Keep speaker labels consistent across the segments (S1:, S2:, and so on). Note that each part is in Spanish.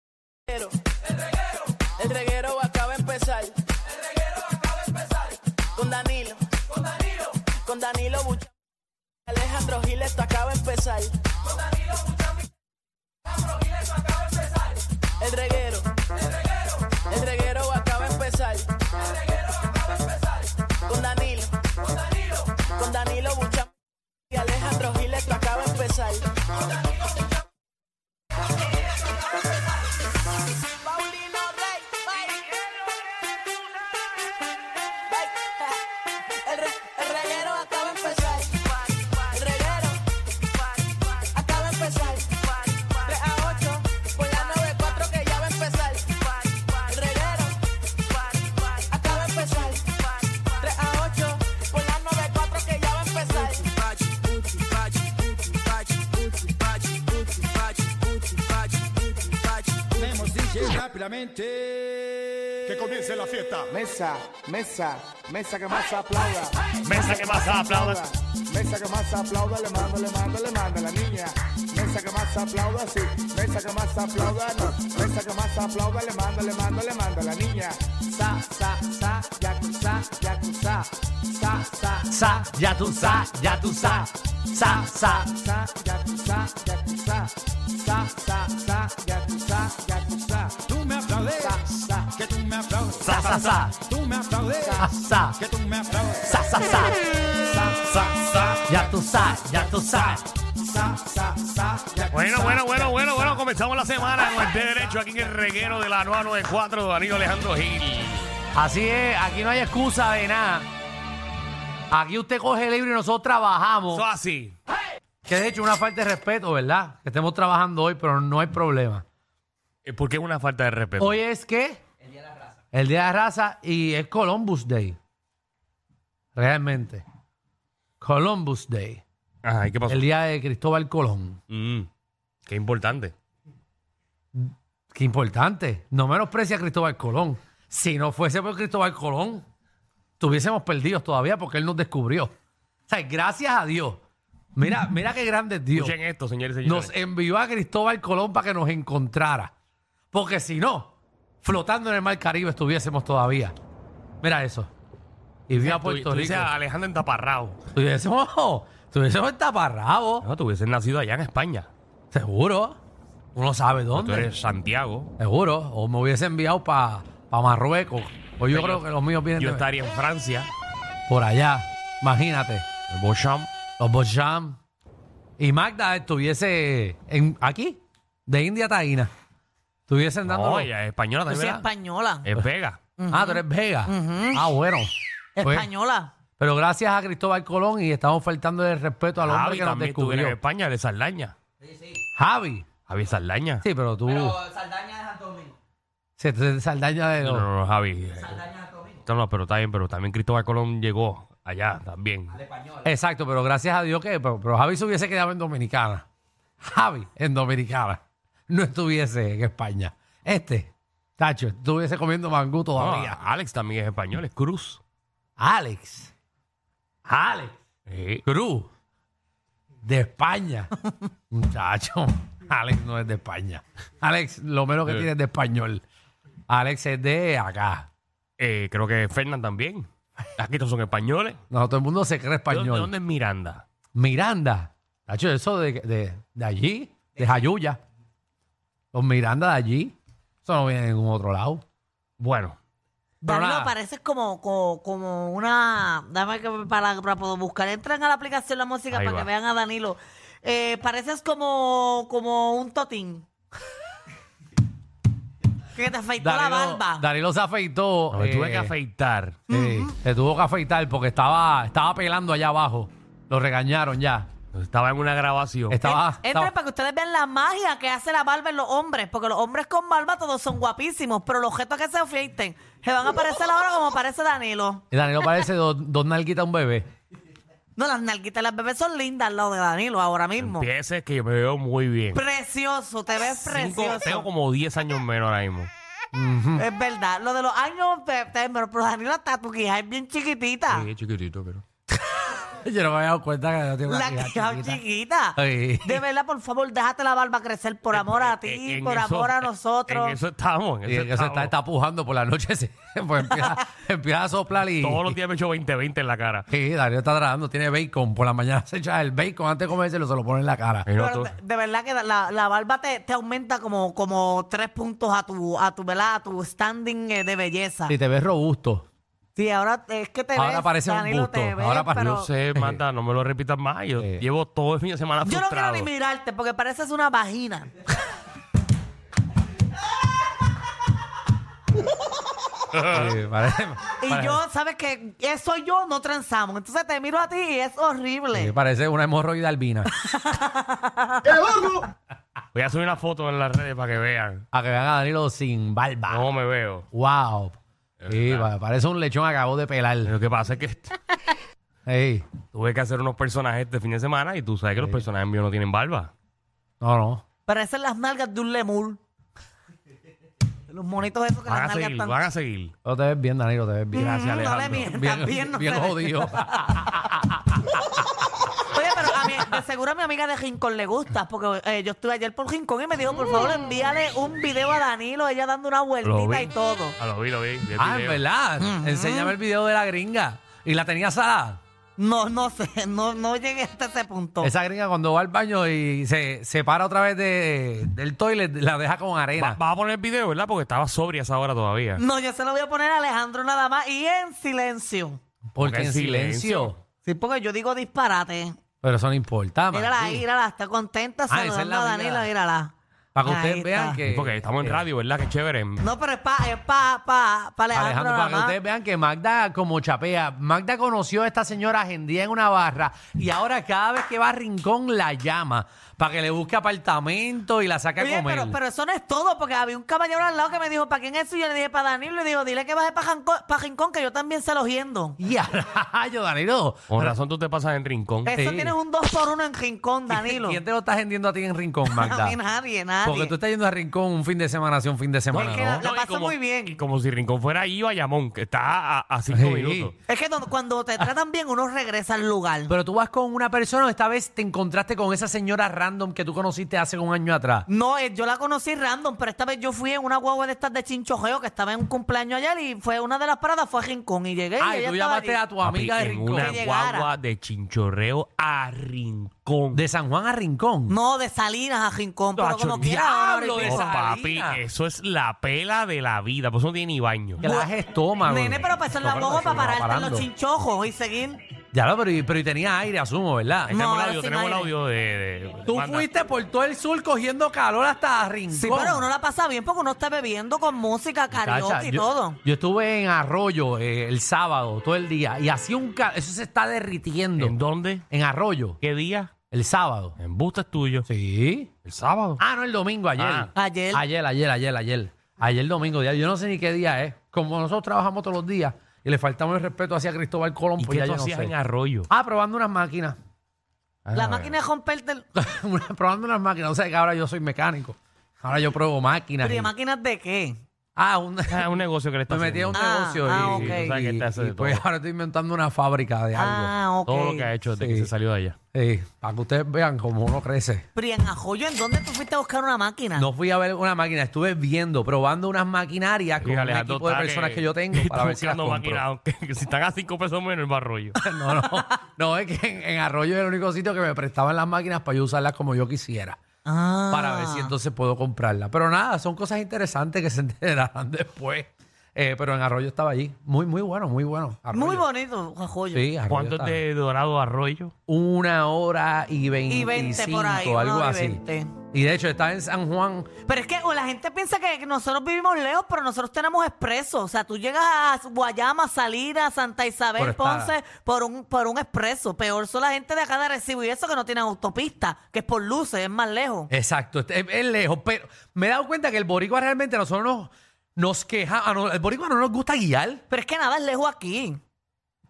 S1: reguero. El reguero acaba de empezar. El reguero acaba de empezar. Con Danilo. Con Danilo. Con Danilo Buchan. Alejandro Gil, esto acaba de empezar. Con Danilo Buchan. Alejandro Gil, esto acaba de empezar. El reguero. El reguero. El reguero acaba de empezar. El reguero acaba de empezar. Con Danilo. Con Danilo. Con Danilo Buchan. Y Alejandro Gil, esto acaba de empezar. Paulino Rey, El, re- el reguero acaba de empezar. El reguero acaba de empezar. 3 a 8 por la 94 que ya va a empezar. El reguero acaba de empezar. 3 a 8 por la 94 que ya va a empezar.
S2: Tenemos DJ rápidamente. Ah. Que comience la fiesta.
S3: Mesa, mesa, mesa que más aplauda.
S4: Mesa que más aplaudas.
S3: Mesa que más aplauda, le mando, le mando, le mando a la niña. Mesa que más aplauda, sí. Mesa que más aplauda, no. Mesa que más aplauda, le mando, le mando, le mando a la niña. Sa, sa, sa, yakuza, yakuza. Sa, sa,
S4: Sa, ya tú sa, ya tú sa. Sa, sa.
S3: sa, yakuza, yakuza. Sa, sa, sa, yakuza, yakuza.
S2: Tú me aplaudes.
S3: Sa, sa.
S2: Que tú me aplaudes.
S4: Sa, sa, sa.
S2: Tú me aplaudes.
S4: Sa, sa.
S2: Que tú me aplaudes.
S4: Sa, sa, sa. Ya tú sa, ya tú sa.
S3: Sa, sa, sa, yakuza.
S4: Bueno, bueno, bueno, bueno, bueno. Comenzamos la semana con el pie derecho aquí en el reguero de la 994, Danilo Alejandro Gil.
S5: Así es, aquí no hay excusa de nada. Aquí usted coge libre y nosotros trabajamos.
S4: Eso así.
S5: Que de hecho es una falta de respeto, ¿verdad? Que estemos trabajando hoy, pero no hay problema.
S4: Eh, ¿Por qué es una falta de respeto?
S5: Hoy es que... El Día de la Raza. El Día de la Raza y es Columbus Day. Realmente. Columbus Day.
S4: Ajá, ¿y qué pasó?
S5: El día de Cristóbal Colón.
S4: Mm, qué importante.
S5: Qué importante. No menosprecia a Cristóbal Colón. Si no fuese por Cristóbal Colón, estuviésemos perdidos todavía porque él nos descubrió. O sea, gracias a Dios. Mira, mira qué grande es Dios.
S4: Escuchen esto, señores y señores.
S5: Nos envió a Cristóbal Colón para que nos encontrara. Porque si no, flotando en el mar Caribe estuviésemos todavía. Mira eso. Y vio a
S4: Tú-
S5: Puerto
S4: tú
S5: Rico.
S4: dices a Alejandro Entaparrao.
S5: Estuviésemos, estuviésemos en taparrabo.
S4: No, tú hubieses nacido allá en España.
S5: Seguro. Uno sabe
S4: Tú
S5: dónde.
S4: eres Santiago.
S5: Seguro, o me hubiese enviado para Marruecos. O yo
S4: Yo-
S5: creo que los míos vienen
S4: Yo
S5: de-
S4: estaría en Francia.
S5: por allá. Imagínate,
S4: En Beauchamp.
S5: los Bocham. Y Magda estuviese en, aquí, de India a Taína. Estuviesen dando.
S4: No, ella es española
S6: Yo
S4: también.
S6: soy
S4: ¿verdad?
S6: española.
S4: Es Vega.
S5: Ah, tú eres Vega. Ah, bueno. Pues,
S6: Española.
S5: pero gracias a Cristóbal Colón y estamos faltando el respeto al hombre
S4: Javi
S5: que nos
S4: también estuviera en
S5: descubrió.
S4: España, de Sarlaña.
S5: Javi.
S4: Javi Sarlaña.
S5: Sí, pero tú. Sí, tú eres Saldaña de
S4: No,
S5: los-
S4: no, no, Javi. eh. No, no, pero está bien, pero también Cristóbal Colón llegó allá también.
S5: Exacto, pero gracias a Dios que pero, pero Javi se hubiese quedado en Dominicana. Javi en Dominicana. No estuviese en España. Este, Tacho, estuviese comiendo mangú
S4: No,
S5: todavía.
S4: Alex también es español, es Cruz.
S5: Alex. Alex.
S4: Sí.
S5: Cruz. De España. Muchacho, Alex no es de España. Alex, lo menos que
S4: Eh.
S5: tiene es de español. Alex es de acá.
S4: Eh, creo que Fernán también. Aquí todos son españoles.
S5: No, todo el mundo se cree
S4: ¿De dónde-
S5: español.
S4: ¿De dónde es Miranda?
S5: Miranda. Tacho, eso de, de, de allí, de Jayuya. Los Miranda de allí. Eso no viene de ningún otro lado.
S4: Bueno,
S5: Pero
S6: Danilo,
S5: nada.
S6: pareces como, como, como una. Dame que para, para poder buscar. Entran a la aplicación la música
S5: Ahí
S6: para
S5: va.
S6: que vean a Danilo. Eh, pareces como, como un totín. que te afeitó la barba.
S5: Danilo se afeitó.
S4: No, me tuve
S5: eh,
S4: que afeitar.
S5: sí, se tuvo que afeitar porque estaba, estaba pelando allá abajo. Lo regañaron ya.
S4: Estaba en una grabación.
S5: Estaba,
S6: Entren
S5: estaba-
S6: para que ustedes vean la magia que hace la barba en los hombres, porque los hombres con barba todos son guapísimos, pero los objetos que se afeiten se van a parecer ahora como parece Danilo.
S5: Danilo parece dos, dos nalguitas a un bebé.
S6: No, las nalguitas de las bebés son lindas, lo de Danilo ahora mismo.
S4: Empieces que yo me veo muy bien.
S6: Precioso, te ves
S4: Cinco-
S6: precioso.
S4: tengo como 10 años menos ahora mismo.
S6: Es verdad, lo de los años, te- te- pero pero Danilo está tu quija, es bien chiquitita.
S4: Sí, chiquitito, pero.
S5: Yo no me había dado cuenta que no tengo
S6: La quija es chiquita.
S5: Sí. Eh,
S6: De verdad, por favor, déjate la barba crecer por amor a
S4: En-
S6: ti,
S4: Eh, en
S6: por
S4: eso-
S6: amor a
S4: En
S6: nosotros.
S4: eso estamos. En
S5: Y
S4: eso
S5: el que se
S4: estamos.
S5: está, está pujando por la noche, se- pues empieza, empieza a soplar y.
S4: Todos los días me echo 20-20 en la cara.
S5: Sí, Danilo está tragando, tiene bacon. Por la mañana se echa el bacon antes de comérselo, se lo pone en la cara.
S4: Pero
S6: Pero
S4: tú-
S6: de, de verdad que la, la barba te, te aumenta como, como tres puntos a tu, a tu, ¿verdad? A tu standing eh, de belleza.
S5: Y te ves robusto.
S6: Sí, ahora es que te
S5: Ahora
S6: ves,
S5: parece un
S6: Danilo,
S5: busto.
S6: te ves,
S5: Ahora pare-
S6: pero...
S4: No sé, Manda, no me lo repitas más. Yo
S5: Eh.
S4: llevo todo el fin de semana
S6: Yo no quiero
S4: frustrado.
S6: ni mirarte porque pareces una vagina.
S5: Sí, Eh, parece,
S6: Y
S5: parece-
S6: yo, ¿sabes que Eso y yo no transamos. Entonces te miro a ti y es horrible.
S5: sí, eh, parece una hemorroida albina.
S4: Voy a subir una foto en las redes para que vean
S5: A que vean a Danilo sin barba.
S4: cómo me veo.
S5: Wow. Sí, pa- parece un lechón acabó de pelar.
S4: Lo que pasa es que
S5: Ey,
S4: tuve que hacer unos personajes este fin de semana y tú sabes que los personajes míos no tienen barba.
S5: No, no.
S6: Parecen las nalgas de un lemur. Los monitos esos que
S4: Van a
S6: las nalgas
S4: seguir,
S6: están.
S4: van a seguir.
S5: No te ves bien, Danilo, te ves bien.
S4: Gracias,
S6: Mm, no le
S4: Alejandro.
S6: mientas,
S5: Bien,
S6: bien, no
S5: bien
S6: se ve.
S5: jodido.
S6: Oye, pero a mí, de seguro a mi amiga de Rincón le gusta, porque eh, yo estuve ayer por Rincón y me dijo, por favor, envíale un video a Danilo, ella dando una
S4: Lo
S6: vueltita
S4: vi.
S6: y todo.
S4: Ah, lo vi, lo vi. vi el
S5: Ah, en
S4: video.
S5: verdad. Enséñame el video de la gringa. Y la tenía salada.
S6: No, no sé, no, no llegué hasta ese punto.
S5: Esa gringa cuando va al baño y se, se para otra vez de, del toilet, la deja con
S4: Va-
S5: arena.
S4: vas a poner el video, ¿verdad? Porque estaba sobria esa hora todavía.
S6: No, yo se lo voy a poner a Alejandro nada más y en silencio.
S5: Porque en
S4: en
S5: silencio.
S4: silencio.
S6: Sí, porque yo digo disparate.
S5: Pero eso no importa, man.
S6: Mírala,
S5: Ah, Sí.
S6: mírala, está contenta
S5: Ah, esa es
S6: saludando
S5: la
S6: a
S5: amiga.
S6: Danilo, mírala.
S5: Para que
S6: Ahí
S5: ustedes
S6: está.
S5: vean que.
S4: Sí, porque estamos en
S5: que-
S4: radio, ¿verdad? Qué chévere. No,
S6: No, pero es para es pa, pa, pa Alejandro,
S5: Alejandro,
S6: nada
S5: para que
S6: más.
S5: ustedes vean que Magda como chapea. Magda conoció a esta señora agendía en una barra y ahora cada vez que va a Rincón la llama para que le busque apartamento y la saque
S6: Oye,
S5: a comer.
S6: pero, pero eso no es todo, porque había un caballero al lado que me dijo, ¿para quién es eso? Y yo le dije, para Danilo, y le digo, dile que baje para Rincón, que yo también se lo yendo.
S5: Y a rayo, Danilo.
S4: Con razón tú te pasas en rincón.
S6: Eso
S5: Sí.
S6: tienes un 2 por 1 en Rincón, Danilo.
S5: ¿Quién te lo está agendiendo a ti en Rincón, Magda?
S6: A mí nadie, nadie.
S5: Porque tú estás yendo a Rincón un fin de semana, hace un fin de semana, ¿no?
S6: Es que la- la
S4: y
S6: pasó muy bien.
S4: y como si Rincón fuera ahí Bayamón, que está a, a cinco
S5: Sí.
S4: minutos.
S6: Es que cuando- cuando te tratan bien, uno regresa al lugar.
S5: Pero tú vas con una persona o esta vez te encontraste con esa señora random que tú conociste hace un año atrás.
S6: No, eh, yo la conocí random, pero esta vez yo fui en una guagua de estas de chinchojeo que estaba en un cumpleaños ayer y fue una de las paradas, fue a Rincón y llegué. y
S5: Ay,
S6: ella
S5: tú
S6: estaba
S5: llamaste
S6: allí.
S5: a tu amiga
S4: Papi,
S5: de
S4: en
S5: Rincón.
S4: una
S6: Que llegara.
S4: guagua Ah, de chinchorreo a rincón.
S5: De San Juan a Rincón.
S6: No, de Salinas a Rincón, pero
S4: Tacho,
S6: como quiera. ahora, ahora y
S5: diablo, de
S6: pico.
S4: Oh, papi,
S5: Salina.
S4: eso es la pela de la vida. Por eso no tiene ni baño.
S5: Que la haces estómago.
S6: Nene, pero pues, para eso en la
S5: No, pero
S6: guagua
S5: eso
S6: para
S5: no va
S6: pararte en
S5: parando.
S6: los chinchojos y seguir.
S5: Ya lo, pero, y- pero y tenía aire, asumo, ¿verdad?
S4: Ahí tenemos
S6: no,
S4: el audio,
S6: sin
S4: tenemos el
S6: aire.
S4: audio de. de-
S5: Tú
S4: manda.
S5: fuiste por todo el sur cogiendo calor hasta Rincón.
S6: Sí, pero uno la pasa bien porque uno está bebiendo con música,
S5: Chacha,
S6: karaoke y
S5: yo-
S6: Ah, todo.
S5: Yo estuve en Arroyo eh, el sábado, todo el día, y hacía un calor. Eso se está derritiendo.
S4: ¿En dónde?
S5: En Arroyo,
S4: ¿Qué día?
S5: el sábado.
S4: En Busta es tuyo.
S5: Sí.
S4: El sábado.
S5: Ah, no, el domingo, ayer.
S4: Ah.
S6: Ayer.
S5: Ayer, ayer, ayer, ayer. Ayer domingo, ya. Yo no sé ni qué día es. Como nosotros trabajamos todos los días y le faltamos el respeto hacia Cristóbal Colón,
S4: ¿Y
S5: pues
S4: qué
S5: ya
S4: tú
S5: yo no
S4: hacías
S5: sé.
S4: en Arroyo?
S5: Ah, probando unas máquinas.
S6: La máquina es romperte el...
S5: Una- probando unas máquinas. O sea que ahora yo soy mecánico. Ahora yo pruebo máquinas.
S6: ¿Pero
S5: y-
S6: ¿y máquinas de qué?
S5: Ah, un-
S4: Ah, un negocio que le
S5: me
S4: estás
S5: metí a un
S6: Ah,
S5: negocio
S6: ah,
S5: y,
S6: ok.
S5: y-
S4: O sea, que te hace
S5: y
S4: de
S5: pues
S4: todo.
S5: ahora estoy inventando una fábrica de algo.
S6: Ah, ok.
S4: Todo lo que ha hecho desde
S5: Sí.
S4: que se salió de allá.
S5: Sí, para que ustedes vean cómo uno crece.
S6: Pero ¿y en Ajoyo en dónde tú fuiste a buscar una máquina?
S5: No fui a ver una máquina, estuve viendo, probando unas maquinarias con
S4: Fíjate,
S5: el
S4: Alejandro
S5: equipo de
S4: está
S6: eh,
S5: personas que, yo tengo
S4: está
S5: para ver si las
S4: buscando
S5: compro.
S4: máquinas, aunque- que si están a cinco pesos menos, el barroyo.
S5: No, no, no, es que en, en Arroyo es el único sitio que me prestaban las máquinas para yo usarlas como yo quisiera.
S6: Ah.
S5: Para ver si entonces puedo comprarla. Pero nada, son cosas interesantes que se enterarán después. Eh, pero en Arroyo estaba allí. Muy, muy bueno, muy bueno. Arroyo.
S6: Muy bonito, joyo.
S5: Sí, Arroyo
S4: ¿Cuánto
S5: está-
S4: te dorado arroyo?
S5: Una hora y veinticinco,
S6: Y 20 por ahí, una
S5: algo
S6: hora y
S5: así.
S6: 20.
S5: Y de hecho está en San Juan.
S6: Pero es que o la gente piensa que nosotros vivimos lejos, pero nosotros tenemos expreso. O sea, tú llegas a Guayama, Salinas, Santa Isabel,
S5: Por esta-
S6: Ponce, por un, por un expreso. Peor son la gente de acá de Recibo y eso que no tienen autopista, que es por luces, es más lejos.
S5: Exacto, este- es, es lejos. Pero me he dado cuenta que el boricua realmente nosotros nos, nos queja. a no- el boricua no nos gusta guiar.
S6: Pero es que nada es lejos aquí.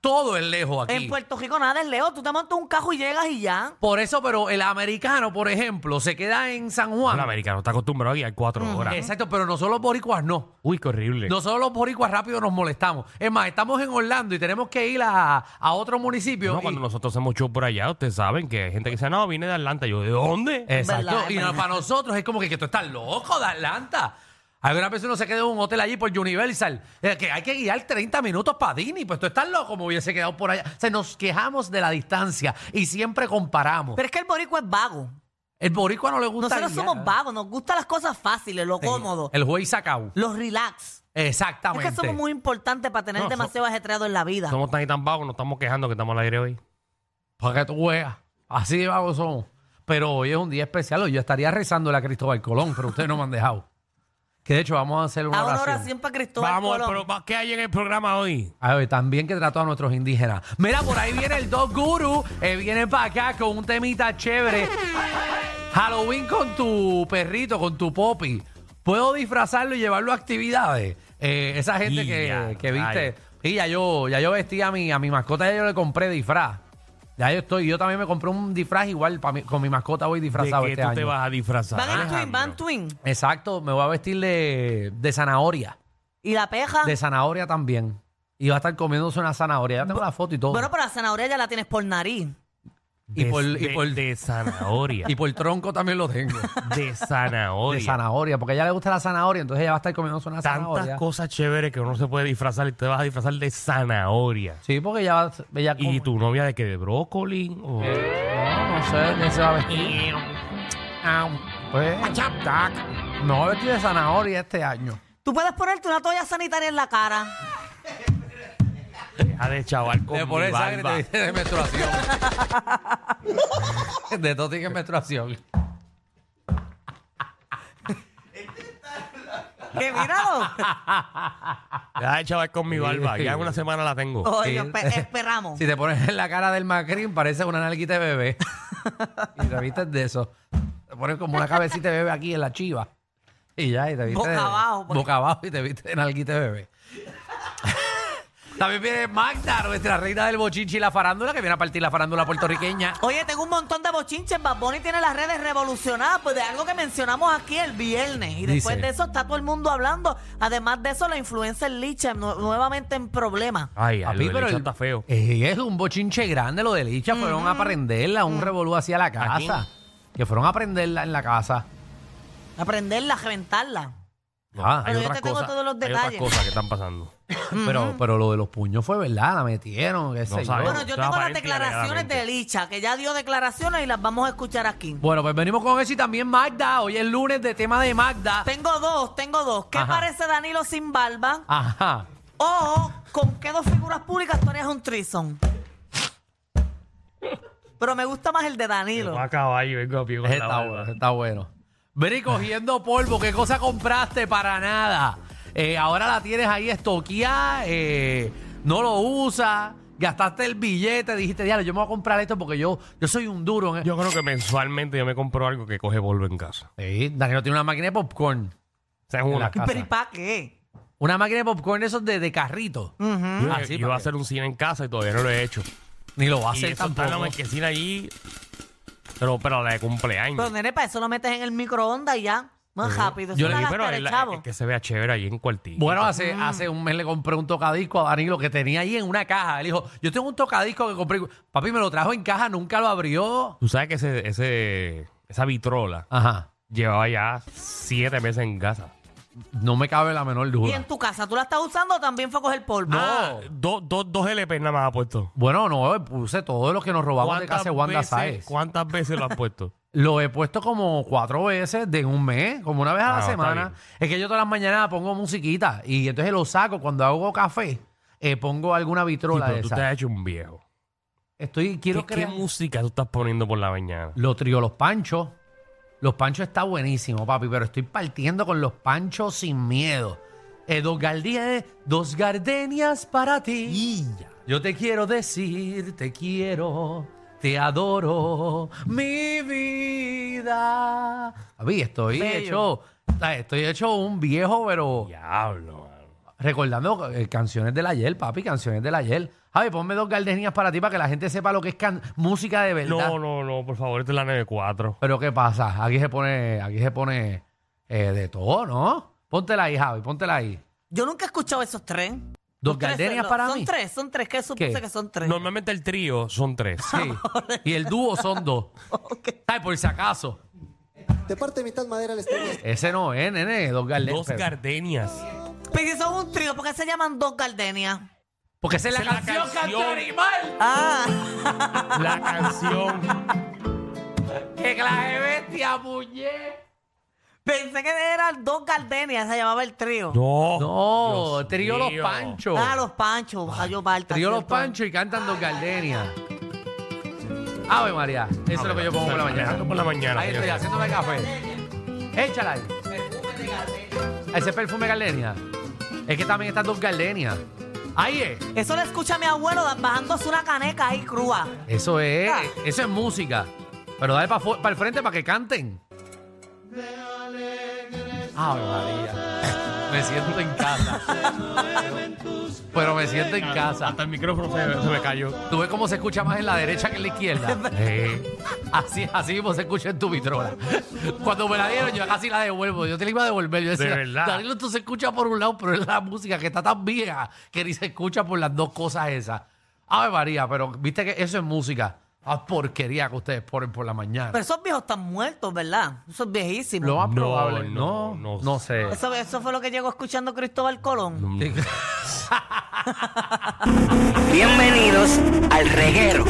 S5: Todo es lejos aquí.
S6: En Puerto Rico nada es lejos. Tú te montas un cajo y llegas y ya.
S5: Por eso, pero el americano, por ejemplo, se queda en San
S4: El
S5: Juan.
S4: americano está acostumbrado a guiar cuatro horas.
S5: Exacto, pero nosotros los boricuas no.
S4: Uy, qué horrible.
S5: Nosotros los boricuas rápido nos molestamos. Es más, estamos en Orlando y tenemos que ir a, a otro municipio.
S4: No,
S5: y-
S4: cuando nosotros hacemos show por allá, ustedes saben que hay gente que dice, no, vine de Atlanta. Yo, ¿de dónde?
S5: Exacto.
S6: Verdad, es
S5: y no-
S6: verdad.
S5: para nosotros es como que, que tú estás loco de Atlanta. Alguna vez uno se queda en un hotel allí por Universal, eh, que hay que guiar 30 minutos para Disney, pues tú estás loco, me hubiese quedado por allá. O sea, nos quejamos de la distancia y siempre comparamos.
S6: Pero es que el boricua es vago.
S5: el boricua no le gusta
S6: Nosotros
S5: guiar.
S6: somos vagos, nos gustan las cosas fáciles, lo cómodo,
S5: El juez sacao.
S6: los relax. Es
S5: Exactamente.
S6: que somos muy importantes para tener
S4: No, so-
S6: demasiado ajetreado en la vida.
S4: Somos tan y tan vagos, nos estamos quejando que estamos al aire hoy.
S5: Para que tú veas. Así de vagos somos. Pero hoy es un día especial. Hoy yo estaría rezándole a Cristóbal Colón, pero ustedes no me han dejado. Que de hecho vamos a hacer una
S6: A una
S5: oración.
S6: oración para Cristóbal
S4: Vamos,
S6: Colón.
S4: pero ¿pa- ¿qué hay en el programa hoy?
S5: A ver, también que trató a nuestros indígenas. Mira, por ahí viene el Dog Guru. eh, viene para acá con un temita chévere. Halloween con tu perrito, con tu popi. ¿Puedo disfrazarlo y llevarlo a actividades? Eh, esa gente
S4: Ya,
S5: que, que viste.
S4: rayos.
S5: Y ya yo, ya yo vestí a mi, a mi mascota, ya yo le compré disfraz. Ya yo estoy. Yo también me compré un disfraz igual pa' mi- con mi mascota voy
S4: ¿De
S5: disfrazado
S4: qué
S5: este
S4: tú
S5: año.
S4: te vas a disfrazar?
S6: Van en twin,
S4: Alejandro?
S6: van twin.
S5: Exacto, me voy a vestir de, de zanahoria.
S6: Y la peja.
S5: De zanahoria también. Y va a estar comiéndose una zanahoria. Ya tengo la foto y todo.
S6: Bueno, pero la zanahoria ya la tienes por nariz.
S5: Y
S4: De-
S5: por- y
S4: de-
S5: por-
S4: de zanahoria.
S5: Y por tronco también lo tengo.
S4: de
S5: De
S4: zanahoria.
S5: zanahoria, porque a ella le gusta la zanahoria, entonces ella va a estar comiendo una
S4: Tantas
S5: zanahoria.
S4: cosas chéveres que uno se puede disfrazar y te vas a disfrazar de zanahoria.
S5: Sí, porque ella va ella
S4: ¿Y
S5: come-
S4: tu novia de qué? ¿De brócoli? ¿O-
S5: Eh, No, no sé de qué se va a vestir. Ah, pues, me voy a vestir de zanahoria este año.
S6: Tú puedes ponerte una toalla sanitaria en la cara.
S4: Deja Ah, de chaval
S5: Eh,
S4: con mi barba.
S5: de menstruación. de todo tiene menstruación.
S6: Que míralo.
S4: Deja Ah, de chaval con mi barba. Ya en una semana la tengo.
S6: Oye,
S5: Sí.
S6: espe- esperamos.
S5: Si te pones en la cara del macrín, parece una nalguita de bebé. y te vistes de eso. Te pones como una cabecita de bebé aquí en la chiva. Y ya, y te viste.
S6: Boca
S5: de-
S6: abajo,
S4: pues.
S6: porque-
S5: Boca abajo y te viste de nalguita de bebé. También viene Magda, nuestra reina del bochinchi y la farándula, que viene a partir la farándula puertorriqueña.
S6: Oye, tengo un montón de bochinches. Bad Bunny tiene las redes revolucionadas pues de algo que mencionamos aquí el viernes. Y después
S5: Dice.
S6: de eso está todo el mundo hablando. Además de eso, la influencer Licha nu- nuevamente en problemas.
S4: Ay, ay,
S5: Papi,
S4: lo del
S5: pero
S4: bicho
S5: el- Eh,
S4: está feo.
S5: Ey, es un bochinche grande lo de Licha. Fueron a prenderla, un revolú hacia la
S4: quién?
S5: casa. Que fueron a prenderla en la casa.
S6: Aprenderla, reventarla.
S5: Ah.
S4: Hay
S6: Pero yo
S4: otras
S6: te tengo
S4: cosas.
S6: todos los
S4: Hay otras
S6: detalles.
S4: cosas que están pasando.
S5: Pero, pero lo de los puños fue verdad, la metieron, qué sé yo.
S4: sabemos.
S6: Bueno, yo
S4: Estaba
S6: tengo las
S4: aparente y
S6: declaraciones de
S4: alegadamente.
S6: Licha, que ya dio declaraciones y las vamos a escuchar aquí.
S5: Bueno, pues venimos con eso y también Magda. Hoy es lunes de tema de Magda.
S6: Tengo dos, tengo dos. ¿Qué
S5: Ajá.
S6: parece Danilo sin barba?
S5: Ajá.
S6: O con qué dos figuras públicas tú harías un trison. Pero me gusta más el de Danilo.
S4: Yo a caballo, vengo a pie con
S5: Ese
S4: la
S5: Está bueno,
S4: barba.
S5: ese está bueno. Ven y cogiendo polvo, ¿qué cosa compraste para nada? Eh, ahora la tienes ahí estoqueada, eh, no lo usas, gastaste el billete, dijiste, diablo, yo me voy a comprar esto porque yo, yo soy un duro. En...
S4: Yo creo que mensualmente yo me compro algo que coge polvo en casa.
S5: Sí, Danilo tiene una máquina de popcorn.
S4: O sea, es
S5: En la
S4: una
S5: casa.
S6: Pero ¿y para qué?
S5: Una máquina de popcorn esos de, de carrito.
S4: Yo,
S5: Así,
S4: yo iba
S5: para
S4: a hacer un cine en casa y todavía no lo he hecho.
S5: Ni lo va a
S4: Y
S5: hacer
S4: eso está en la
S5: tampoco.
S4: marquesina allí. Pero, pero la de cumpleaños.
S6: Pero nene, para eso lo metes en el microondas y ya. Más rápido. Eso
S4: yo
S6: es
S4: le
S6: una
S4: dije, pero
S6: gastera,
S4: es la-
S6: chavo.
S4: es que se vea chévere allí en cuartito.
S5: Bueno,
S7: Ah.
S5: hace, hace un mes le compré un tocadisco a Danilo que tenía ahí en una caja. Él dijo, yo tengo un tocadisco que compré. Papi me lo trajo en caja, nunca lo abrió.
S4: Tú sabes que ese, ese- esa vitrola
S5: Ajá.
S4: llevaba ya siete meses en casa.
S5: No me cabe la menor
S6: Y
S5: duda.
S6: en tu casa, ¿tú la estás usando o también fue a coger polvo?
S4: Ah, do- do- dos LP nada más ha puesto.
S5: eh, Bueno, no, puse todos los que nos robamos de casa de Wanda
S4: veces,
S5: Sáez.
S4: ¿Cuántas veces lo has puesto?
S5: Lo he puesto como cuatro veces de en un mes, como una vez a
S7: Ah,
S5: la
S7: está
S5: semana.
S7: bien.
S5: Es que yo todas las mañanas pongo musiquita y entonces lo saco cuando hago café, eh, pongo alguna
S7: Sí,
S5: vitrola
S7: pero
S5: de
S7: tú
S5: esas.
S7: te has hecho un viejo.
S5: Estoy,
S7: ¿Qué,
S5: quiero
S7: qué
S5: crear-
S7: música tú estás poniendo por la mañana?
S5: Lo trío Los Panchos. Los Panchos está buenísimo, papi, pero estoy partiendo con Los Panchos sin miedo. Eh, dos, gardie- dos gardenias para ti. Yo te quiero decir, te quiero, te adoro, mi vida. Papi, estoy
S6: Bello.
S5: hecho, estoy hecho un viejo, pero
S7: Diablo, mano.
S5: recordando eh, canciones del ayer, papi, canciones del ayer. Javi, ponme dos gardenias para ti para que la gente sepa lo que es can- música de verdad.
S7: No, no, no, por favor, esta es la 94.
S5: Pero ¿qué pasa? Aquí se pone, aquí se pone eh, de todo, ¿no? Póntela ahí, Javi, póntela ahí.
S6: Yo nunca he escuchado esos tres.
S5: Dos
S6: Los tres,
S5: gardenias
S6: no,
S5: para
S6: son
S5: mí.
S6: tres, son tres, que supuse
S5: ¿Qué?
S6: que son tres.
S7: Normalmente el trío son tres.
S5: Pues, Sí. Y el dúo son dos. Ay, por si acaso.
S8: De parte de mitad madera les tengo este.
S5: Ese no es, nene, dos gardenias.
S7: Dos gardenias.
S6: Pero si son un trío, ¿por qué se llaman dos gardenias?
S5: Porque esa es la
S7: Esa es la
S5: canción,
S7: canción.
S5: canto animal.
S6: Ah,
S7: La canción.
S5: ¡Qué clase de bestia, muñe!
S6: pensé que eran dos gardenias, se llamaba el trío.
S7: No.
S5: No,
S7: Dios
S5: trío Los
S7: mío.
S5: Panchos.
S6: Ah, los panchos, Jayo Balta.
S5: Trío Los
S6: ¿cierto?
S5: Panchos y cantan dos gardenias. Ave María, eso es lo que yo pongo por la mañana.
S7: Alejandro por la mañana,
S5: Ahí estoy
S7: señor.
S5: haciéndome café. Échala ahí. Ese perfume Gardenia. Es que también están dos Gardenias. Ahí es.
S6: Eso lo escucha mi abuelo da- bajándose una caneca ahí crúa.
S5: Eso es.
S6: Ah.
S5: Eso es música. Pero dale para el frente para que canten. Ave María. Me siento en casa. Pero me siento en casa.
S7: Hasta el micrófono se, se me cayó.
S5: Tú ves cómo se escucha más en la derecha que en la izquierda.
S7: Eh,
S5: Así, así mismo se escucha en tu vitrola. Cuando me la dieron, yo casi la devuelvo. Yo te la iba a devolver. Yo decía,
S7: De verdad.
S5: Danilo, esto se escucha por un lado, pero es la música que está tan vieja que ni se escucha por las dos cosas esas. Ave María, pero viste que eso es música. Ah, porquería que ustedes ponen por la mañana.
S6: Pero esos viejos están muertos, ¿verdad? Eso es viejísimo.
S5: Lo más
S7: No,
S5: probable. No,
S7: no,
S5: no,
S7: no
S5: sé.
S6: Eso, eso fue lo que llegó escuchando Cristóbal Colón.
S1: Bienvenidos al reguero.